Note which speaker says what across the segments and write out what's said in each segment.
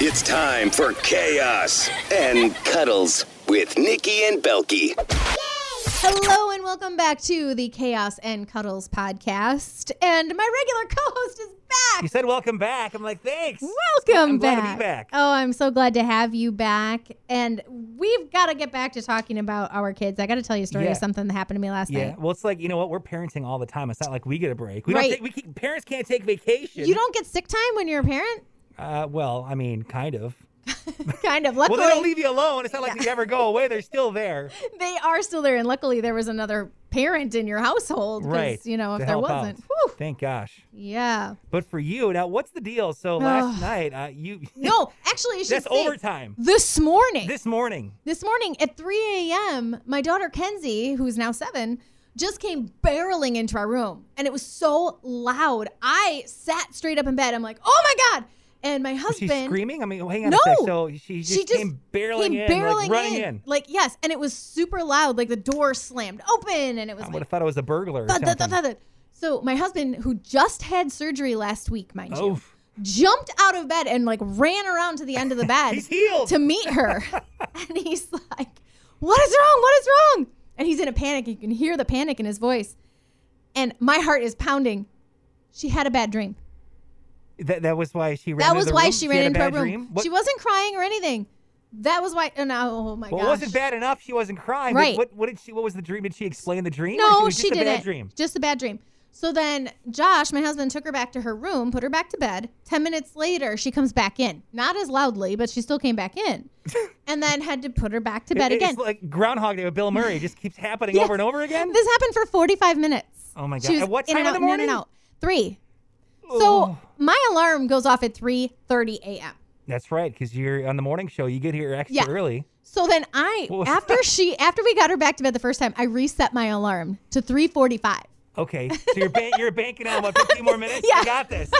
Speaker 1: It's time for chaos and cuddles with Nikki and Belky.
Speaker 2: Hello and welcome back to the Chaos and Cuddles podcast. And my regular co-host is
Speaker 3: You
Speaker 2: back.
Speaker 3: said welcome back. I'm like, thanks.
Speaker 2: Welcome
Speaker 3: I'm
Speaker 2: back.
Speaker 3: glad to be back.
Speaker 2: Oh, I'm so glad to have you back. And we've got to get back to talking about our kids. I got to tell you a story
Speaker 3: Yeah.
Speaker 2: of something that happened to me last
Speaker 3: Yeah.
Speaker 2: night.
Speaker 3: Well, it's like you know what? We're parenting all the time. It's not like we get a break. We
Speaker 2: Right.
Speaker 3: don't. Take, we keep, parents can't take vacation.
Speaker 2: You don't get sick time when you're a parent?
Speaker 3: Uh, well, I mean, kind of.
Speaker 2: kind of.
Speaker 3: Well,
Speaker 2: Luckily,
Speaker 3: they don't leave you alone. It's not like they ever go away. They're still there.
Speaker 2: they are still there. And luckily, there was another parent in your household. 'cause,
Speaker 3: Right.
Speaker 2: You know,
Speaker 3: to
Speaker 2: if there
Speaker 3: help out.
Speaker 2: wasn't. Whew.
Speaker 3: Thank gosh.
Speaker 2: Yeah.
Speaker 3: But for you now, what's the deal? So last night, uh, you.
Speaker 2: No, actually, I should
Speaker 3: that's
Speaker 2: say,
Speaker 3: overtime.
Speaker 2: This morning.
Speaker 3: This morning.
Speaker 2: This morning at 3 a.m., my daughter Kenzie, who's now seven, just came barreling into our room and it was so loud. I sat straight up in bed. I'm like, oh my God. And my
Speaker 3: Was she
Speaker 2: husband.
Speaker 3: screaming? I mean, hang on
Speaker 2: No.
Speaker 3: a sec. So she just,
Speaker 2: she just
Speaker 3: came barreling
Speaker 2: came
Speaker 3: in, like, running in.
Speaker 2: Like, yes. And it was super loud. Like the door slammed open and it was
Speaker 3: I
Speaker 2: like,
Speaker 3: would have thought it was a burglar. Or
Speaker 2: thud, thud,
Speaker 3: something.
Speaker 2: thud, thud, thud. So my husband, who just had surgery last week, mind you,
Speaker 3: Oh,
Speaker 2: jumped out of bed and like ran around to the end of the bed
Speaker 3: he's healed.
Speaker 2: to meet her. and he's like, What is wrong? What is wrong? And he's in a panic. You can hear the panic in his voice. And my heart is pounding. She had a bad dream.
Speaker 3: That, that was why she ran.
Speaker 2: That
Speaker 3: into
Speaker 2: was
Speaker 3: the
Speaker 2: why
Speaker 3: room?
Speaker 2: she ran
Speaker 3: had a
Speaker 2: into her
Speaker 3: bad
Speaker 2: room.
Speaker 3: dream? What-
Speaker 2: She wasn't crying or anything. That was why. And I- oh my
Speaker 3: Well,
Speaker 2: gosh.
Speaker 3: it wasn't bad enough. She wasn't crying.
Speaker 2: Right.
Speaker 3: Right. What, what did she? What was the dream? Did she explain the dream? or
Speaker 2: No,
Speaker 3: was
Speaker 2: she
Speaker 3: just
Speaker 2: didn't.
Speaker 3: A bad dream.
Speaker 2: Just a bad dream. So then Josh, my husband, took her back to her room, put her back to bed. Ten minutes later, she comes back in. Not as loudly, but she still came back in. and then had to put her back to bed
Speaker 3: It-
Speaker 2: again.
Speaker 3: It's like Groundhog Day with Bill Murray. It just keeps happening over and over again.
Speaker 2: This happened for 45 minutes.
Speaker 3: Oh my
Speaker 2: She
Speaker 3: God.
Speaker 2: was
Speaker 3: At what
Speaker 2: in
Speaker 3: time
Speaker 2: and
Speaker 3: of
Speaker 2: out,
Speaker 3: the
Speaker 2: In and
Speaker 3: morning?
Speaker 2: out. Three. So
Speaker 3: Oh.
Speaker 2: my alarm goes off at 3:30 a.m.
Speaker 3: That's right, because you're on the morning show. You get here extra
Speaker 2: Yeah.
Speaker 3: early.
Speaker 2: So then I
Speaker 3: What was
Speaker 2: after she after we got her back to bed the first time, I reset my alarm to 3:45.
Speaker 3: Okay, so you're ban- you're banking on what 15 more minutes.
Speaker 2: Yeah.
Speaker 3: You got this.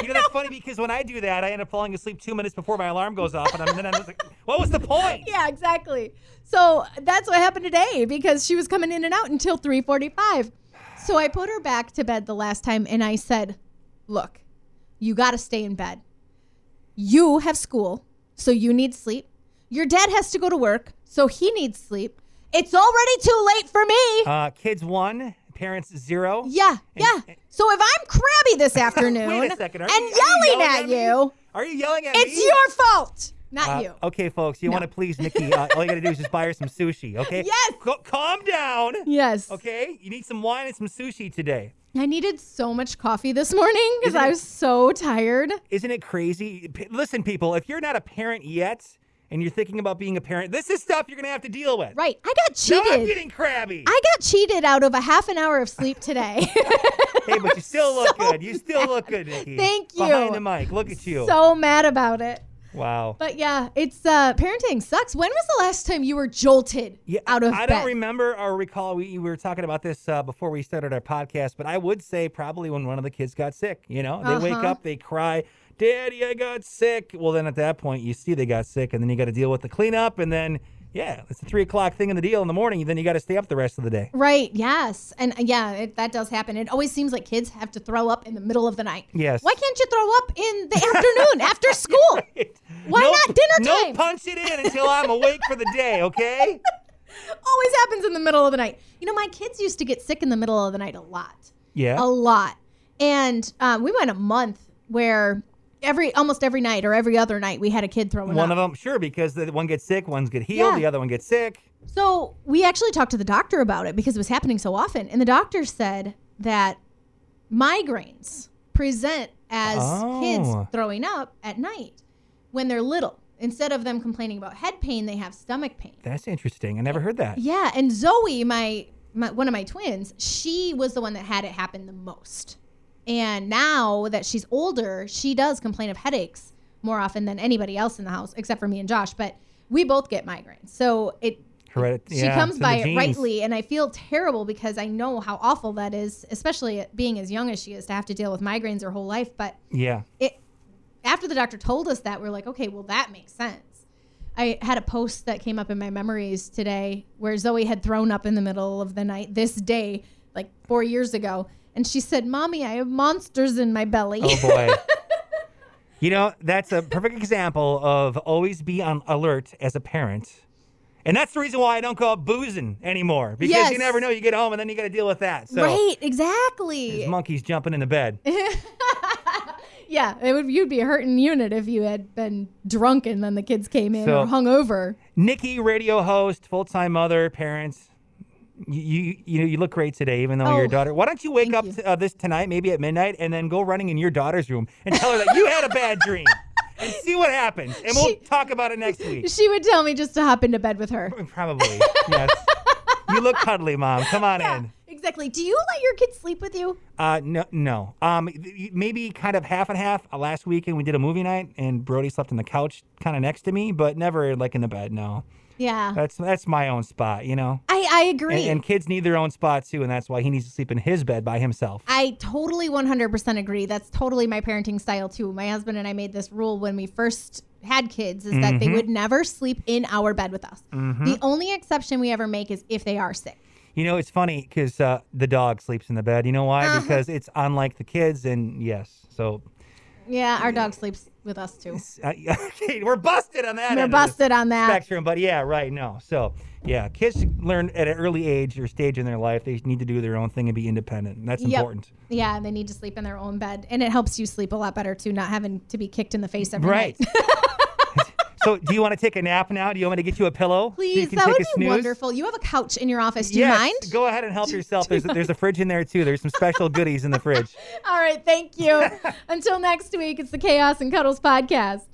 Speaker 3: You know that's funny because when I do that, I end up falling asleep two minutes before my alarm goes off, and I'm, then I'm just like, what was the point?
Speaker 2: Yeah, exactly. So that's what happened today because she was coming in and out until 3:45. So I put her back to bed the last time and I said, "Look, you got to stay in bed. You have school, so you need sleep. Your dad has to go to work, so he needs sleep. It's already too late for me."
Speaker 3: Uh, kids one, parents zero.
Speaker 2: yeah, yeah. So if I'm crabby this afternoon
Speaker 3: Wait a second. Are
Speaker 2: and
Speaker 3: you, are you
Speaker 2: yelling, at,
Speaker 3: me?
Speaker 2: you,
Speaker 3: Are you yelling at me?
Speaker 2: it's your fault, not
Speaker 3: Uh,
Speaker 2: you.
Speaker 3: Okay, folks, you want to please Nikki? Uh, all you got to do is just buy her some sushi. Okay.
Speaker 2: Yes!
Speaker 3: Ca- calm down.
Speaker 2: Yes.
Speaker 3: Okay. You need some wine and some sushi today.
Speaker 2: I needed so much coffee this morning because
Speaker 3: Isn't
Speaker 2: I
Speaker 3: it-
Speaker 2: was so tired.
Speaker 3: Isn't it crazy? P- listen, people, if you're not a parent yet and you're thinking about being a parent, this is stuff you're gonna have to deal with.
Speaker 2: Right. I got
Speaker 3: Now I'm
Speaker 2: cheated.
Speaker 3: getting crabby.
Speaker 2: I got cheated out of a half an hour of sleep today.
Speaker 3: hey, but you still look good. You still look good, Nikki.
Speaker 2: Thank
Speaker 3: Behind
Speaker 2: you.
Speaker 3: the mic. Look at you.
Speaker 2: so mad about it.
Speaker 3: wow.
Speaker 2: But yeah, it's uh parenting sucks. When was the last time you were jolted out of
Speaker 3: I
Speaker 2: bed?
Speaker 3: don't remember or recall. We, we were talking about this uh, before we started our podcast, but I would say probably when one of the kids got sick. You know, they wake
Speaker 2: Uh-huh.
Speaker 3: up, they cry, "Daddy, I got sick." Well, then at that point, you see they got sick, and then you got to deal with the cleanup, and then yeah, it's a three o'clock thing in the deal in the morning. And then you got to stay up the rest of the day.
Speaker 2: Right. Yes. And uh, yeah, it, that does happen. It always seems like kids have to throw up in the middle of the night.
Speaker 3: Yes.
Speaker 2: Why can't you throw up in the afternoon after school? Why not dinner
Speaker 3: No,
Speaker 2: time?
Speaker 3: punch it in until I'm awake for the day. Okay.
Speaker 2: Always happens in the middle of the night. You know, my kids used to get sick in the middle of the night a lot.
Speaker 3: Yeah.
Speaker 2: a lot and um, we went a month where every almost every night or every other night we had a kid throwing
Speaker 3: one
Speaker 2: up
Speaker 3: of them, sure, because the one gets sick, one's get healed,
Speaker 2: Yeah.
Speaker 3: the other one gets sick.
Speaker 2: so we actually talked to the doctor about it because it was happening so often and the doctor said that migraines present as
Speaker 3: Oh.
Speaker 2: kids throwing up at night when they're little instead of them complaining about head pain they have stomach pain
Speaker 3: That's interesting. I never heard that.
Speaker 2: yeah and zoe my, my one of my twins she was the one that had it happen the most and now that she's older she does complain of headaches more often than anybody else in the house except for me and josh but we both get migraines so it
Speaker 3: Heredit-
Speaker 2: she
Speaker 3: yeah,
Speaker 2: comes
Speaker 3: it's in
Speaker 2: by
Speaker 3: the
Speaker 2: it
Speaker 3: genes.
Speaker 2: rightly and i feel terrible because i know how awful that is especially being as young as she is to have to deal with migraines her whole life but
Speaker 3: Yeah.
Speaker 2: it after the doctor told us that we are like okay well that makes sense i had a post that came up in my memories today where zoe had thrown up in the middle of the night this day like four years ago and she said mommy i have monsters in my belly
Speaker 3: Oh boy. Oh, You know, that's a perfect example of always be on alert as a parent. And that's the reason why I don't call it boozing anymore because you
Speaker 2: Yes.
Speaker 3: never know. You get home and then you got to deal with that. So
Speaker 2: right,
Speaker 3: there's
Speaker 2: exactly.
Speaker 3: monkeys jumping in the bed.
Speaker 2: yeah, it would you'd be a hurting unit if you had been drunk and then the kids came in
Speaker 3: So-
Speaker 2: or hung over.
Speaker 3: Nikki, radio host, full time mother, parents. You, you you know you look great today, even though your
Speaker 2: Oh,
Speaker 3: daughter. Why don't you wake up
Speaker 2: you.
Speaker 3: t- uh, this tonight, maybe at midnight, and then go running in your daughter's room and tell her that you had a bad dream, and see what happens, and we'll
Speaker 2: She-
Speaker 3: talk about it next week.
Speaker 2: She would tell me just to hop into bed with her.
Speaker 3: Probably yes. You look cuddly, mom. Come on in.
Speaker 2: Exactly. Do you let your kids sleep with you?
Speaker 3: Uh, no, no. Um, th- y- maybe kind of half and half. Uh, last weekend we did a movie night, and Brody slept on the couch, kind of next to me, but never like in the bed. No,
Speaker 2: Yeah.
Speaker 3: that's that's my own spot, you know.
Speaker 2: I, I
Speaker 3: Uh, And,
Speaker 2: agree.
Speaker 3: and kids need their own spot too, and that's why he needs to sleep in his bed by himself.
Speaker 2: I totally 100% agree. That's totally my parenting style too. My husband and I made this rule when we first had kids is that
Speaker 3: Mm-hmm.
Speaker 2: they would never sleep in our bed with us. The only exception we ever make is if they are sick.
Speaker 3: You know, it's funny because uh, the dog sleeps in the bed. You know why?
Speaker 2: Uh-huh.
Speaker 3: Because it's unlike the kids, and yes, so
Speaker 2: Yeah, our dog sleeps with us too.
Speaker 3: uh, okay, we're busted on that. end
Speaker 2: We're
Speaker 3: of the
Speaker 2: busted on that.
Speaker 3: Spectrum, but yeah, right. No, so yeah, kids should learn at an early age or stage in their life they need to do their own thing and be independent. and That's
Speaker 2: Yep.
Speaker 3: important.
Speaker 2: Yeah, and they need to sleep in their own bed. And it helps you sleep a lot better too, not having to be kicked in the face every
Speaker 3: Right.
Speaker 2: night.
Speaker 3: so, do you want to take a nap now? Do you want me to get you a pillow? so you
Speaker 2: Please,
Speaker 3: can
Speaker 2: that
Speaker 3: take
Speaker 2: would
Speaker 3: a
Speaker 2: be
Speaker 3: snooze?
Speaker 2: wonderful. You have a couch in your office. Do
Speaker 3: yes,
Speaker 2: you mind?
Speaker 3: Go ahead and help yourself. There's a, there's a fridge in there too. There's some special goodies in the fridge.
Speaker 2: All right, thank you. Until next week, it's the Chaos and Cuddles podcast.